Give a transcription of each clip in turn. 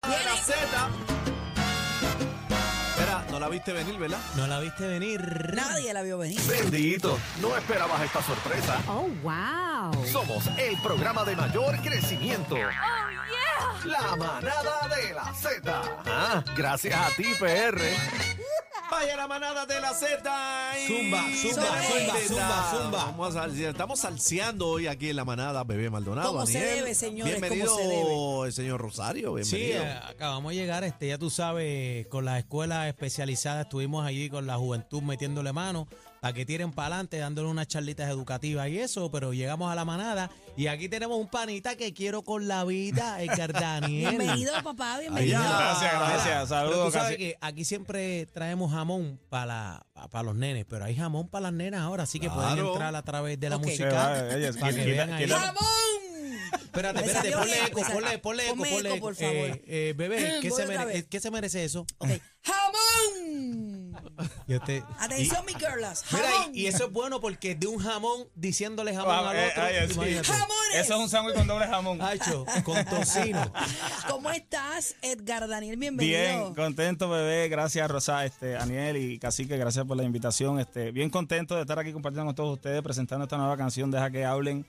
de la Z. Espera, no la viste venir, ¿verdad? No la viste venir. Nadie la vio venir. Bendito, no esperabas esta sorpresa. Oh, wow. Oh, Somos el programa de mayor crecimiento. La manada de la Z. Ah, gracias a ti, PR. Vaya la manada de la Z. y- Zumba, zumba, zumba, zumba, zumba. Vamos a salsear. Estamos salseando hoy aquí en la manada, bebé Maldonado. ¿Cómo se Aniel. debe, señores? ¿Cómo Bienvenido, se debe? el señor Rosario. Sí, Bienvenido. eh, acabamos de llegar, este, ya tú sabes, con las escuelas especializadas estuvimos allí con la juventud metiéndole mano para que tiren para adelante, dándole unas charlitas educativas y eso, pero llegamos a la manada y aquí tenemos un panita que quiero con la vida, el Daniel. Bienvenido, papá, bienvenido. Allá. Gracias, gracias. Pero tú Saludos. sabes casi- que aquí siempre traemos jamón para, para los nenes, pero hay jamón para las nenas ahora, así que pueden Claro. entrar a través de la Ok. Eh, música. va, ella, Para que quita- vean ahí. quita- ¡Ramón! Espérate, Me espérate, salió ponle bien, eco, me sal- ponle, ponle eco, ponme ponle eco, eco. por favor. Eh, eh, bebé, ¿qué Voy se, otra mere- vez. ¿qué se merece eso? Ok. ¡Jamón! Y usted- Atención, mi girlas. Mira, y- ¡Jamón! y, eso es bueno porque de un jamón diciéndole jamón va, al eh, otro. ay, sí. imagínate. ¡Jamones! Eso es un sándwich con doble jamón. Hacho, con tocino. ¿Cómo estás, Edgar Daniel? Bienvenido. Bien, contento, bebé. Gracias, Rosa, este, Aniel y Cacique. Gracias por la invitación. Este, bien contento de estar aquí compartiendo con todos ustedes, presentando esta nueva canción, Deja que hablen,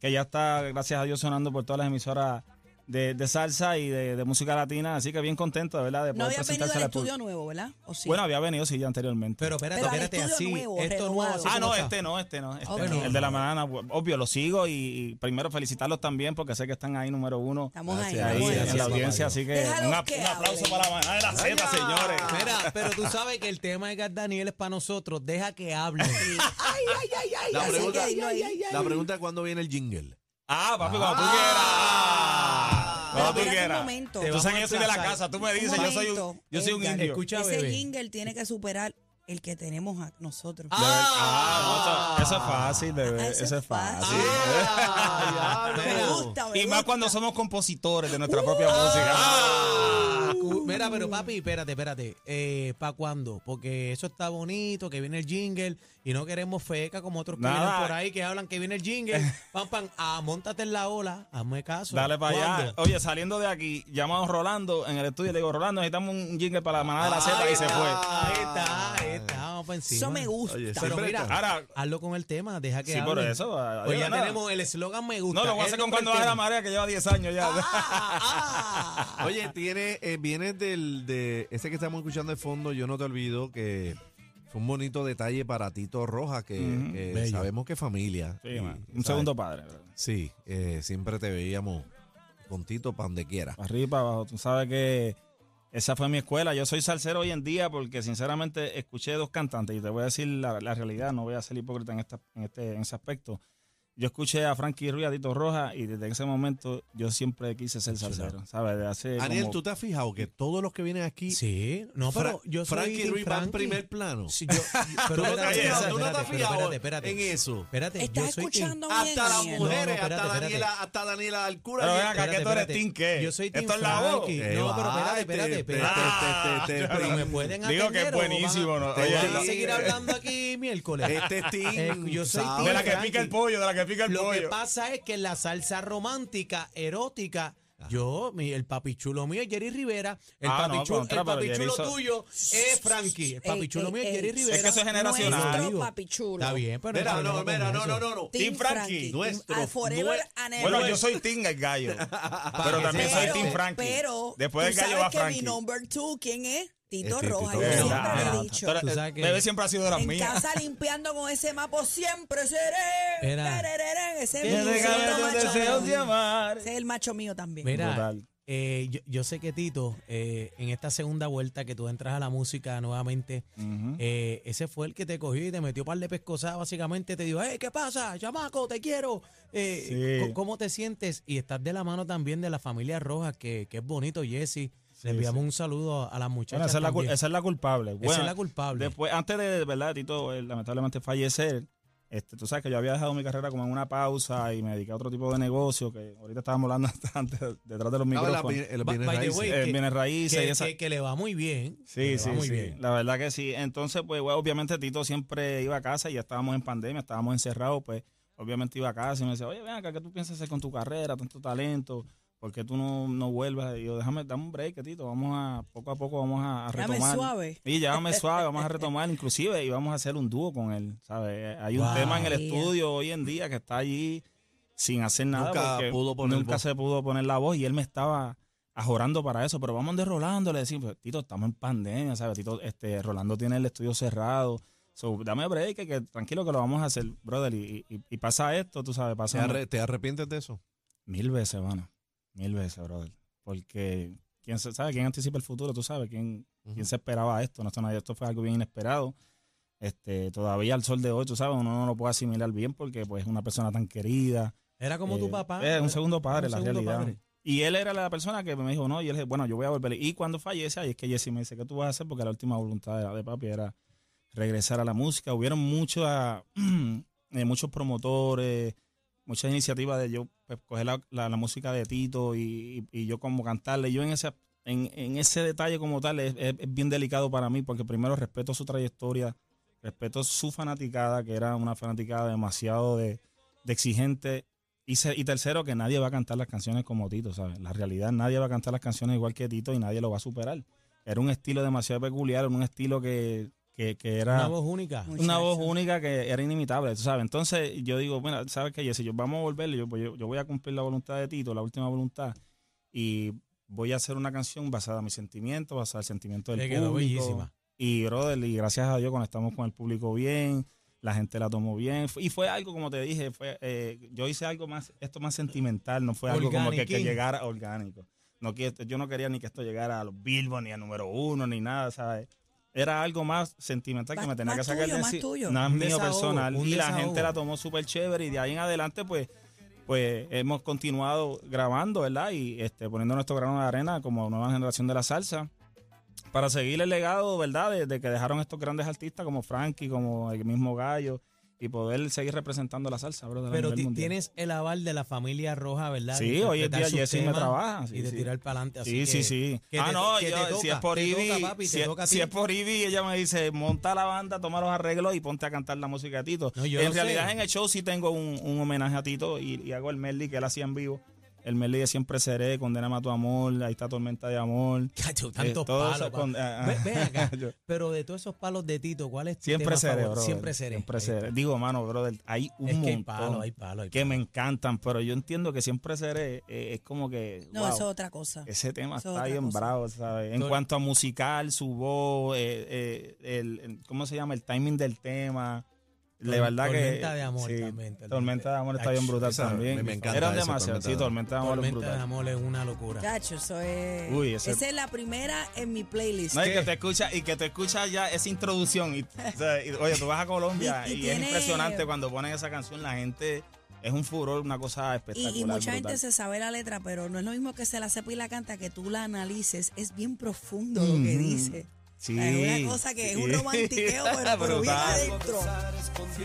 que ya está, gracias a Dios, sonando por todas las emisoras de, de salsa y de, de música latina. Así que bien contento, de verdad, de no poder había venido presentarse a al la estudio nuevo, ¿verdad? ¿O sí? Bueno, había venido, sí, ya anteriormente. Pero espérate, Pero al espérate, estudio así. nuevo, esto nuevo, renovado. así Ah, como no, está. este no, este no. Este Ok. no. El de la manana, obvio, lo sigo y, y primero felicitarlos también porque sé que están ahí número uno. Estamos ahí, ahí estamos ahí. en la Gracias, audiencia, papá. así que Déjalos un, ap- que un aplauso hablen. para la manada de la Z, señores. Mira, pero tú sabes que el tema de Gardaniel es para nosotros. Deja que hable. Ay, ay, ay, ay. La así pregunta, que dilo ahí. la pregunta es cuándo viene el jingle. Ah, papi, cuando tú Ah. quieras. Pero Cuando espérate tú un quieras. momento. Te Tú vamos sabes que yo soy de la atrasar. casa, tú me Un dices, yo soy un, momento, yo soy un Edgar. indio. Escucha, Ese bebé. jingle tiene que superar el que tenemos a nosotros. Ah, no, eso, eso es fácil, bebé. Ah, Eso, es fácil. Ah, me diablo. gusta, me y más gusta. Uh. cuando somos compositores de nuestra propia música. Ah, cu- Mira, pero papi, espérate, espérate. ¿Para cuándo? Porque eso está bonito, que viene el jingle y no queremos feca como otros que Nada. vienen por ahí que hablan que viene el jingle. Pam, pam, ah, montate en la ola, hazme caso. Dale para allá. ¿Cuándo? Oye, saliendo de aquí, llamamos a Rolando en el estudio y le digo, Rolando, necesitamos un jingle para la manada de la Z Ahí y se está, fue. Ahí está, ahí está, vamos para encima. Eso me gusta. Oye, Pero Siempre mira, está. Ahora, hazlo con el tema, deja que Sí, por hablen. eso, adiós, Pues ya nada. tenemos el eslogan me gusta. no, lo voy a hacer el con nombre cuando del baje la tema. marea, que lleva 10 años ya. Ah. Oye, tiene, eh, viene del de ese que estamos escuchando de fondo, yo no te olvido que fue un bonito detalle para Tito Rojas, que Ujú. eh, Bello. sabemos que es familia. Sí, Y, man. Un ¿sabes? segundo padre. Sí, eh, siempre te veíamos con Tito para donde quiera. Ah, Para arriba, para abajo. Tú sabes que esa fue mi escuela. Yo soy salsero hoy en día porque, sinceramente, escuché dos cantantes. Y te voy a decir la, la realidad, no voy a ser hipócrita en, esta, en, este, en ese aspecto. Yo escuché a Frankie Ruiz, a Tito Rojas, y desde ese momento yo siempre quise ser salsero. ¿Sabes? De hace Daniel, como- ¿tú te has fijado que todos los que vienen aquí, Sí, no, pero Fra- yo soy Frankie Team Ruiz va en Frankie. primer plano? Sí, yo, pero ¿Tú no te has espérate, fijado? espérate, ¿Tú no te has espérate, fijado espérate, espérate. en eso? Espérate, ¿Estás yo soy team- escuchando bien, Hasta las Daniel? mujeres, No, no, espérate, hasta Daniela, espérate. hasta Daniela Alcura. Pero ven llega- acá, que tú eres espérate. team, ¿qué? Yo soy team Esto es la voz. Frankie. Eh, No, pero va, espérate, te- te- espérate, espérate. Ah, te- te- te- Pero te- me pueden Digo que atender es o van a- buenísimo, ¿no? te Oye, van a sí. seguir hablando aquí miércoles. Este es team, Eh, yo soy ¿sabes? team De la que Frankie. pica el pollo, de la que pica el Lo que pollo. pasa es que en la salsa romántica, erótica, yo, mi- el papichulo mío es Jerry Rivera, el Ah, no, papichulo, contra, el pero Jerry papichulo hizo- tuyo es Frankie, el papichulo mío es Jerry Rivera. Es que eso Pues es generacional. Eh, Nuestro papichulo. Está bien, pero Mira, hay no, problema mira, con no, eso. no, no, no. Team Frankie, nuestro. Al forever Nue- and ever. Bueno, yo soy Team el gallo. pero que también soy sepa. Team Frankie. Pero, Después del tú gallo sabes va que Frankie. mi number two, ¿quién es? Tito Este, Rojas. Tito Yo Rojas. siempre lo Ah, he dicho. Pero, Tú eh, sabes que- Bebé siempre ha sido de las En mías. casa limpiando con ese mapo siempre seré. Mira. tereré, Ese es mi Tiene que haber segundo dos macho deseos de mío. amar. Ese es el macho mío también. Mira, Brutal. eh, yo, yo sé que Tito, eh, en esta segunda vuelta que tú entras a la música nuevamente, Ujú. eh, ese fue el que te cogió y te metió par de pescosadas, básicamente te dijo, hey, ¿qué pasa? Chamaco, te quiero. Eh, Sí. co- ¿Cómo te sientes? Y estás de la mano también de la familia Rojas, que, que es bonito, Jesse. Le enviamos un saludo a las Bueno, muchachas. esa, es la, cul- también. esa es la culpable. Esa es la culpable. Después, antes de, ¿verdad, Tito, eh, lamentablemente fallecer, este, tú sabes que yo había dejado mi carrera como en una pausa y me dediqué a otro tipo de negocio que ahorita estábamos hablando antes, detrás de los Estaba la micrófonos. bi- el By- bienes by the raíces. way, Eh, que- bienes raíces que, y esa- que- que le va muy bien. que Sí, le va sí, muy sí. bien. La verdad que sí. Entonces, pues, bueno, obviamente Tito siempre iba a casa y ya estábamos en pandemia, estábamos encerrados, pues, obviamente iba a casa y me decía, oye, ven acá, ¿qué tú piensas hacer con tu carrera, tanto talento? ¿Por qué tú no, no vuelves? Y yo, déjame, dame un break, Tito, vamos a, poco a poco vamos a, a Dame retomar. suave. Y llámame suave, vamos a retomar, inclusive, y vamos a hacer un dúo con él, ¿sabes? Hay un Wow. tema en el Yeah. estudio hoy en día que está allí sin hacer nada. Nunca porque pudo poner nunca voz. se pudo poner la voz y él me estaba ajorando para eso, pero vamos de Rolando, le decimos, "Pues, Tito, estamos en pandemia, ¿sabes? Tito, este, Rolando tiene el estudio cerrado, so, dame break, que, que tranquilo que lo vamos a hacer, brother, y, y- y pasa esto, tú sabes, ¿Te, pasa arre- te arrepientes de eso? mil veces, mano, mil veces, brother, porque quién se- sabe, quién anticipa el futuro, tú sabes, quién, Ujú. quién se esperaba esto, no, esto, no- esto fue algo bien inesperado, este, todavía al sol de hoy, tú sabes, uno no lo puede asimilar bien porque pues es una persona tan querida, Era como eh, tu papá. eh, ¿no? un segundo padre, un la segundo realidad. padre. Y él era la persona que me dijo, no, y él dije, bueno, yo voy a volver. Y cuando fallece, ahí es que Jesse me dice, ¿qué tú vas a hacer? Porque la última voluntad de, de papi era regresar a la música. Hubieron muchas, eh, muchos promotores, muchas iniciativas de yo pues, coger la, la- la música de Tito y, y- y yo como cantarle. Yo en ese, en, en ese detalle como tal es, es- es bien delicado para mí porque primero respeto su trayectoria, respeto su fanaticada, que era una fanaticada demasiado de, de exigente. Y, se- y tercero, que nadie va a cantar las canciones como Tito, ¿sabes? La realidad, nadie va a cantar las canciones igual que Tito y nadie lo va a superar. Era un estilo demasiado peculiar, era un estilo que, que, que era Una voz única. Muy una voz Muchacho. única que era inimitable, tú sabes. Entonces yo digo, bueno, sabes que Jesse, yo vamos a volver, yo, yo, yo voy a cumplir la voluntad de Tito, la última voluntad, y voy a hacer una canción basada en mis sentimientos, basada en el sentimiento del Le público. quedó bellísima. Y brother, y gracias a Dios conectamos con el público bien, la gente la tomó bien. Fu- Y fue algo, como te dije, fue, eh, yo hice algo más, esto más sentimental, no fue algo como que, que Organiquín. llegara orgánico. No, que esto- yo no quería ni que esto llegara a los Billboard, ni a número uno, ni nada, ¿sabes? Era algo más sentimental que Más- me tenía que más sacar tuyo, de más sí- tuyo. nada Un mío desahogo, personal. un Y la desahogo. gente la tomó súper chévere y de ahí en adelante, pues, pues hemos continuado grabando, ¿verdad? Y este, poniendo nuestro grano de arena como nueva generación de la salsa para seguir el legado, ¿verdad? De, de que dejaron estos grandes artistas como Frankie, como el mismo Gallo, y poder seguir representando la salsa, bro. Pero ti- tienes el aval de la familia roja, ¿verdad? Sí, De hoy en respetar día sus Jessy me temas trabaja, sí, y de sí. tirar para adelante. Sí, sí, sí. Ah, no, yo, si es por Ivy, si, es- si es por Ivy, ella me dice, monta la banda, toma los arreglos y ponte a cantar la música de Tito. No, yo en lo sé. realidad en el show sí tengo un, un homenaje a Tito y, y hago el medley que él hacía en vivo. El medley de Siempre Seré, Condena a tu amor, ahí está Tormenta de amor. Cacho, Eh, tantos todo palos. eso pa- con- ah, ah. Ve- ven acá, Yo- pero de todos esos palos de Tito, ¿cuál es tu Siempre tema seré, favorito? bro. Siempre seré. Siempre Ahí está. seré. Digo, mano, brother, hay un Es que hay montón palos, hay palos. hay que palos. me encantan, pero yo entiendo que siempre seré eh, es como que No, wow, eso es otra cosa. ese tema eso es está otra bien cosa. bravo, ¿sabes? En Todo- cuanto a musical, su voz, eh, eh, el, el- ¿cómo se llama? El timing del tema. La Tor- verdad que Tormenta de amor sí, también, Tormenta- Tormenta de amor está bien brutal Esa, también. me- me encanta Eran esa demasiado, Tormenta de sí, Amor. Tormenta de amor es Tormenta de brutal. amor es una locura. Chacho, eso es. Uy, ese- Esa es la primera en mi playlist. No, y que te escucha y que te escucha ya esa introducción y, o sea, y, oye tú vas a Colombia Y- y, y es tiene- impresionante cuando ponen esa canción la gente es un furor una cosa Y, espectacular y mucha brutal. gente se sabe la letra, pero no es lo mismo que se la sepa y la canta, que tú la analices. Es bien profundo lo que Ujú. dice. sí, Es una cosa que es un sí. romantiqueo, pero, pero bien Brutal. adentro.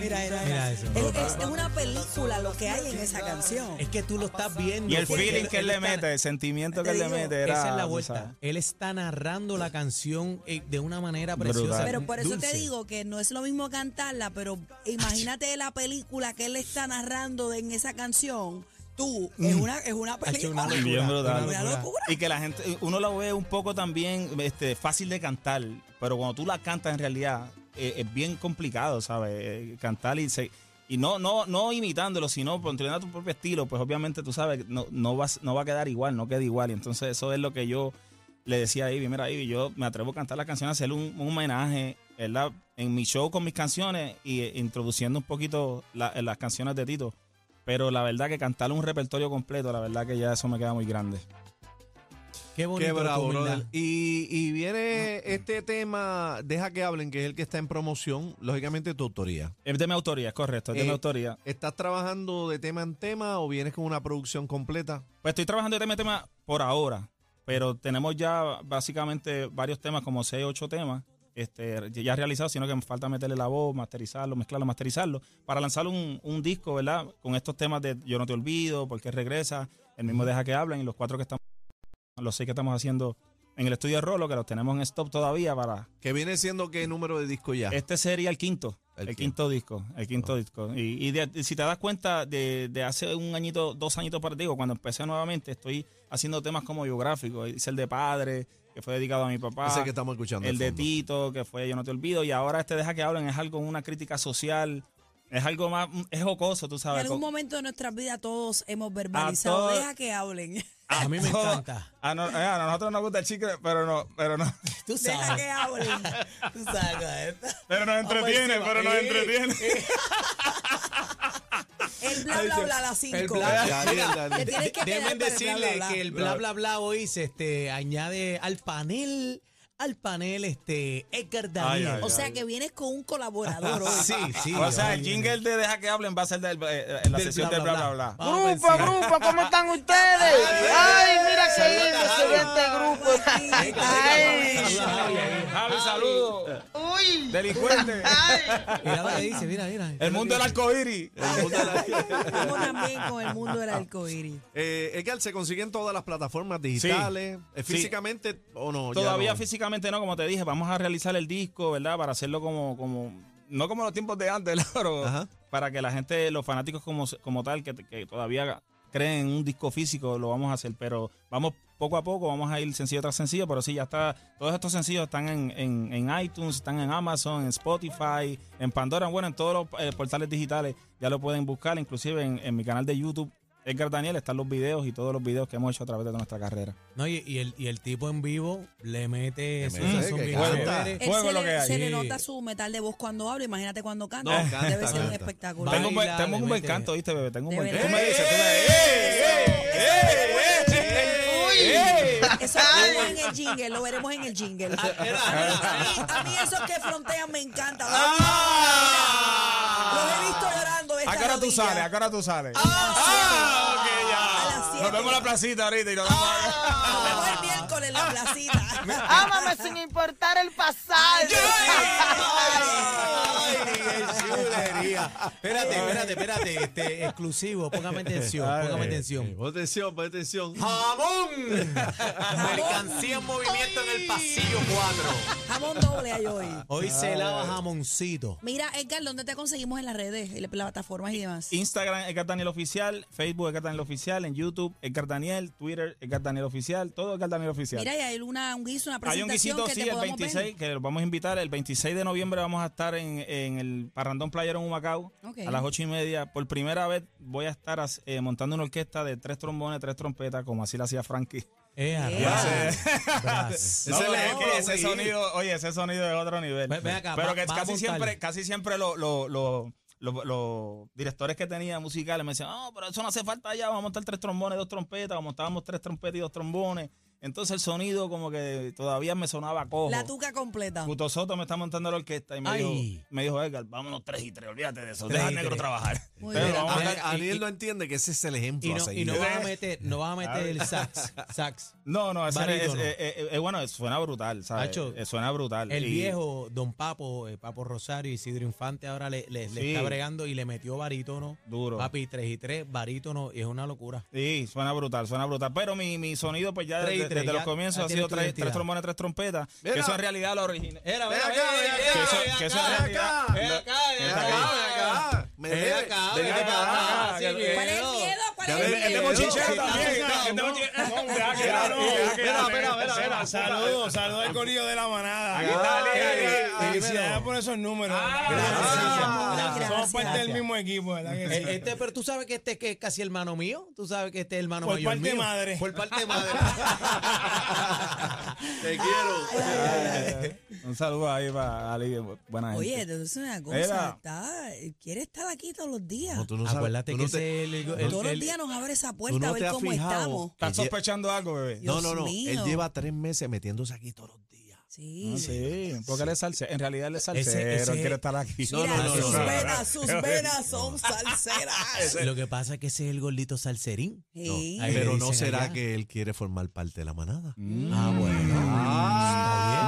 Mira, mira, Mira mira. eso. Es, es- es una película lo que hay en esa canción. Es que tú lo estás viendo. y el porque feeling que él le está- mete el sentimiento que Te él le digo, mete era Esa es la tú vuelta. sabes. Él está narrando la canción eh, de una manera Brutal. preciosa. Pero por eso dulce. te digo que no es lo mismo cantarla, pero imagínate la película que él está narrando en esa canción. Tú, es una, es una Ha hecho película. una locura. Bien brutal. una Una locura. y que la gente uno la ve un poco también este fácil de cantar pero cuando tú la cantas en realidad eh, es bien complicado sabes Eh, cantar y se y no no no imitándolo sino poniendo tu propio estilo pues obviamente tú sabes que no no vas no va a quedar igual no queda igual y entonces eso es lo que yo le decía a Ivy, mira Ivy, yo me atrevo a cantar la canción, hacerle un, un homenaje, ¿verdad? En mi show con mis canciones y eh, introduciendo un poquito la- eh, las canciones de Tito. Pero la verdad que cantarle un repertorio completo, la verdad que ya eso me queda muy grande. Qué bonito. Qué bravo, tu humildad. brother. Y, y viene este tema, deja que hablen, que es el que está en promoción, lógicamente tu autoría. Es de mi autoría, es correcto, es de Eh, mi autoría. ¿Estás trabajando de tema en tema o vienes con una producción completa? Pues estoy trabajando de tema en tema por ahora, pero tenemos ya básicamente varios temas, como 6, 8 temas este, ya realizados, sino que me falta meterle la voz, masterizarlo, mezclarlo, masterizarlo, para lanzar un, un disco, ¿verdad? Con estos temas de Yo no te olvido, Porque regresa, el mismo Deja que hablan y los cuatro que estamos, los seis que estamos haciendo en el estudio de Rolo, que los tenemos en stop todavía para... Que viene siendo qué número de disco ya. Este sería el quinto, El el, quinto. disco, el quinto disco. Y, y de- si te das cuenta, de, de hace un añito, dos añitos para digo, cuando empecé nuevamente, estoy haciendo temas como biográficos. Hice el de padre, que fue dedicado a mi papá. Ese que estamos escuchando. El de de Tito, que fue Yo no te olvido. Y ahora este Deja que hablen es algo, una crítica social. Es algo más, es jocoso, tú En sabes. algún co- momento de nuestras vidas todos hemos verbalizado. todo- Deja que hablen. A mí me todo- encanta. A, Ah, no- eh, a nosotros nos gusta el chicle, pero no, pero no. Tú Deja sabes. que hablen. Tú sabes, Gaeta. Pero nos entretiene, encima. pero nos Sí. entretiene. El bla bla bla a las 5. Te tienes que quedar para Deben el bla, bla, decirle bla. que el bla bla bla hoy se este, añade al panel, al panel este Edgar Daniel. ay, ah, O sea que vienes con un colaborador hoy. Sí, sí. o sea, ay, el jingle de Deja que hablen va a ser del, eh, la del sesión del bla, bla, bla. Vamos Grupo, encima. grupo, ¿cómo están ustedes? Ay, mira qué lindo se ve este grupo. Ay, Javi, saludos. uy. Delincuente. Ay. Mira lo que dice, mira, mira. El mundo del arcoíris. Vamos también con el mundo del arcoíris. Eh, Edgar, se consiguen todas las plataformas digitales. Eh, Sí. ¿Físicamente o no? Ya Todavía no. físicamente no, como te dije, vamos a realizar el disco, ¿verdad? Para hacerlo como, como no como los tiempos de antes, ¿verdad? pero Ajá. para que la gente, los fanáticos como, como tal, que, que todavía creen en un disco físico, lo vamos a hacer, pero vamos poco a poco, vamos a ir sencillo tras sencillo, pero sí, ya está, todos estos sencillos están en, en- en iTunes, están en Amazon, en Spotify, en Pandora, bueno, en todos los eh, portales digitales, ya lo pueden buscar, inclusive en, en mi canal de YouTube, Edgar Daniel, están los videos y todos los videos que hemos hecho a través de nuestra carrera. No, y, y el, y el tipo en vivo le mete. Le esos mete, son que bien canta. chéveres. Él Fuego se, lo que le, hay. se le Sí. nota su metal de voz cuando habla. Imagínate cuando canta. No, canta, Debe ser un canta. espectáculo. Baila, Tengo un buen, tengo le un buen mete. canto, ¿viste, bebé? Tengo De un buen verdad. canto. Tú me dices, tú me Eso lo veremos en el jingle, lo veremos en el jingle. Ah, A mí, a mí esos que frontean me encantan. Los he Ah. visto llorando. esta ¿A qué hora tú rodilla. sales? ¿A qué hora tú sales? Ah, Ah, A las ok, ya. siete. Ah. Nos vemos en la placita ahorita y nos vemos. Nos vemos el miércoles en la placita. Ah, Ámame sin importar el pasado. Ay, qué chulería. Espérate, espérate, espérate. Este, exclusivo, póngame atención, póngame Eh, atención. pon atención, pon atención. Mercancía en movimiento en el pasillo 4. Jamón doble hay hoy. Hoy se Ah. lava jamoncito. Mira, Edgar, ¿dónde te conseguimos en las redes, en las plataformas y demás? Instagram, Edgar Daniel Oficial. Facebook, Edgar Daniel Oficial. En YouTube, Edgar Daniel. Twitter, Edgar Daniel Oficial. Todo Edgar Daniel Oficial. Mira, y hay una, un guiso, una Hay un presentación guisito, que sí, te el podamos ver. 26, que los vamos a invitar. El 26 de noviembre vamos a estar en, en el Parrandón Playero en Humacao Ok. a las 8 y media. Por primera vez voy a estar as- eh, montando una orquesta de tres trombones, tres trompetas, como así la hacía Frankie. Eh, Ea, Ea. brazos, brazos. Ese es el es que ejemplo, ese sí. sonido, oye, ese sonido es otro nivel. Ve- ve acá, Pero va- que va a casi montar. siempre, casi siempre lo- lo- lo- lo- los directores que tenía musicales me decían, no, pero eso no hace falta allá, vamos a montar tres trombones, dos trompetas, o montábamos tres trompetas y dos trombones. Entonces el sonido como que todavía me sonaba cojo. La tuca completa. Guto Soto me está montando la orquesta y me Ay. dijo, me dijo, Edgar, vámonos tres y tres, olvídate de eso, Tres deja y al negro tres. trabajar. Muy Pero bien. vamos a- A- Aniel no entiende que ese es el ejemplo Y a no, y seguir. no vas a meter, no vas a meter el sax, sax. no, no, ese es, Barítono. eh, eh, eh, bueno, suena brutal, ¿sabes? Hacho, Eh, suena brutal. El Y- viejo Don Papo, eh, Papo Rosario, Isidro Infante, ahora le, le- le Sí. está bregando y le metió barítono. Duro. Papi, 3 y 3, barítono, y es una locura. Sí, suena brutal, suena brutal. Pero mi, mi sonido, pues ya Tres y desde, tres, desde ya- los comienzos ya ha tienes sido tu tres, identidad. tres trombones, tres trompetas. que eso en realidad lo original. Era, Ven acá, ven acá, que eso- que eso en realidad- ven Ven Ven acá, ven acá. Me Ven debe- acá, ven ven Ah, acá. acá. Que- Sí, ¿Cuál es el miedo? ¿Cuál Ya es ven, el El de miedo? mochichero también. Sí, El de mochichero. No, deja que Espera, hable, deja que espera, hable. espera, espera, espera. Saludos, saludos al corillo de la manada. Aquí Ah, está, Ale, Ale, Ale, Felicidades por esos números. gracias. Somos parte del Gracias. mismo equipo, pues, ¿verdad? que sí? Eh, Este, pero tú sabes que este que es casi hermano mío. Tú sabes que este es hermano Por mayor parte de mío. madre. Por parte de madre. Te quiero. Un saludo ahí para Ali. Buena Oye, gente. te es una cosa, Era. está, quiere estar aquí todos los días. No, tú no sabes, Acuérdate tú que no ese te- es el- el- todos los el- días nos abre esa tú puerta no te a ver has cómo fijado estamos. ¿Estás que lle- sospechando algo, bebé? no, Dios no, no. mío. Él lleva tres meses metiéndose aquí todos los días. Sí. Ah, sí, porque él es salsero. En realidad él es salsero. ese- él quiere estar aquí. No, Mira, no, no, sus no, no. venas, sus venas son salseras. Lo que pasa es que ese es el gordito salserín. Sí. Ahí le Pero no dicen será allá. que él quiere formar parte de la manada. Ah, bueno.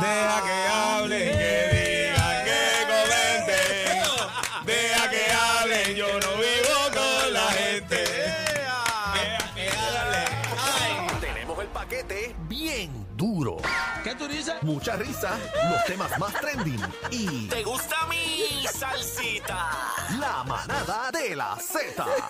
Deja que hablen, que digan, que comenten. Deja que hablen, yo no vivo con la gente. Eh, Deja que hablen. Tenemos el paquete bien duro. ¿Qué tú dices? Mucha risa, los temas más trending y ¿Te gusta mi salsita? la manada de la Z.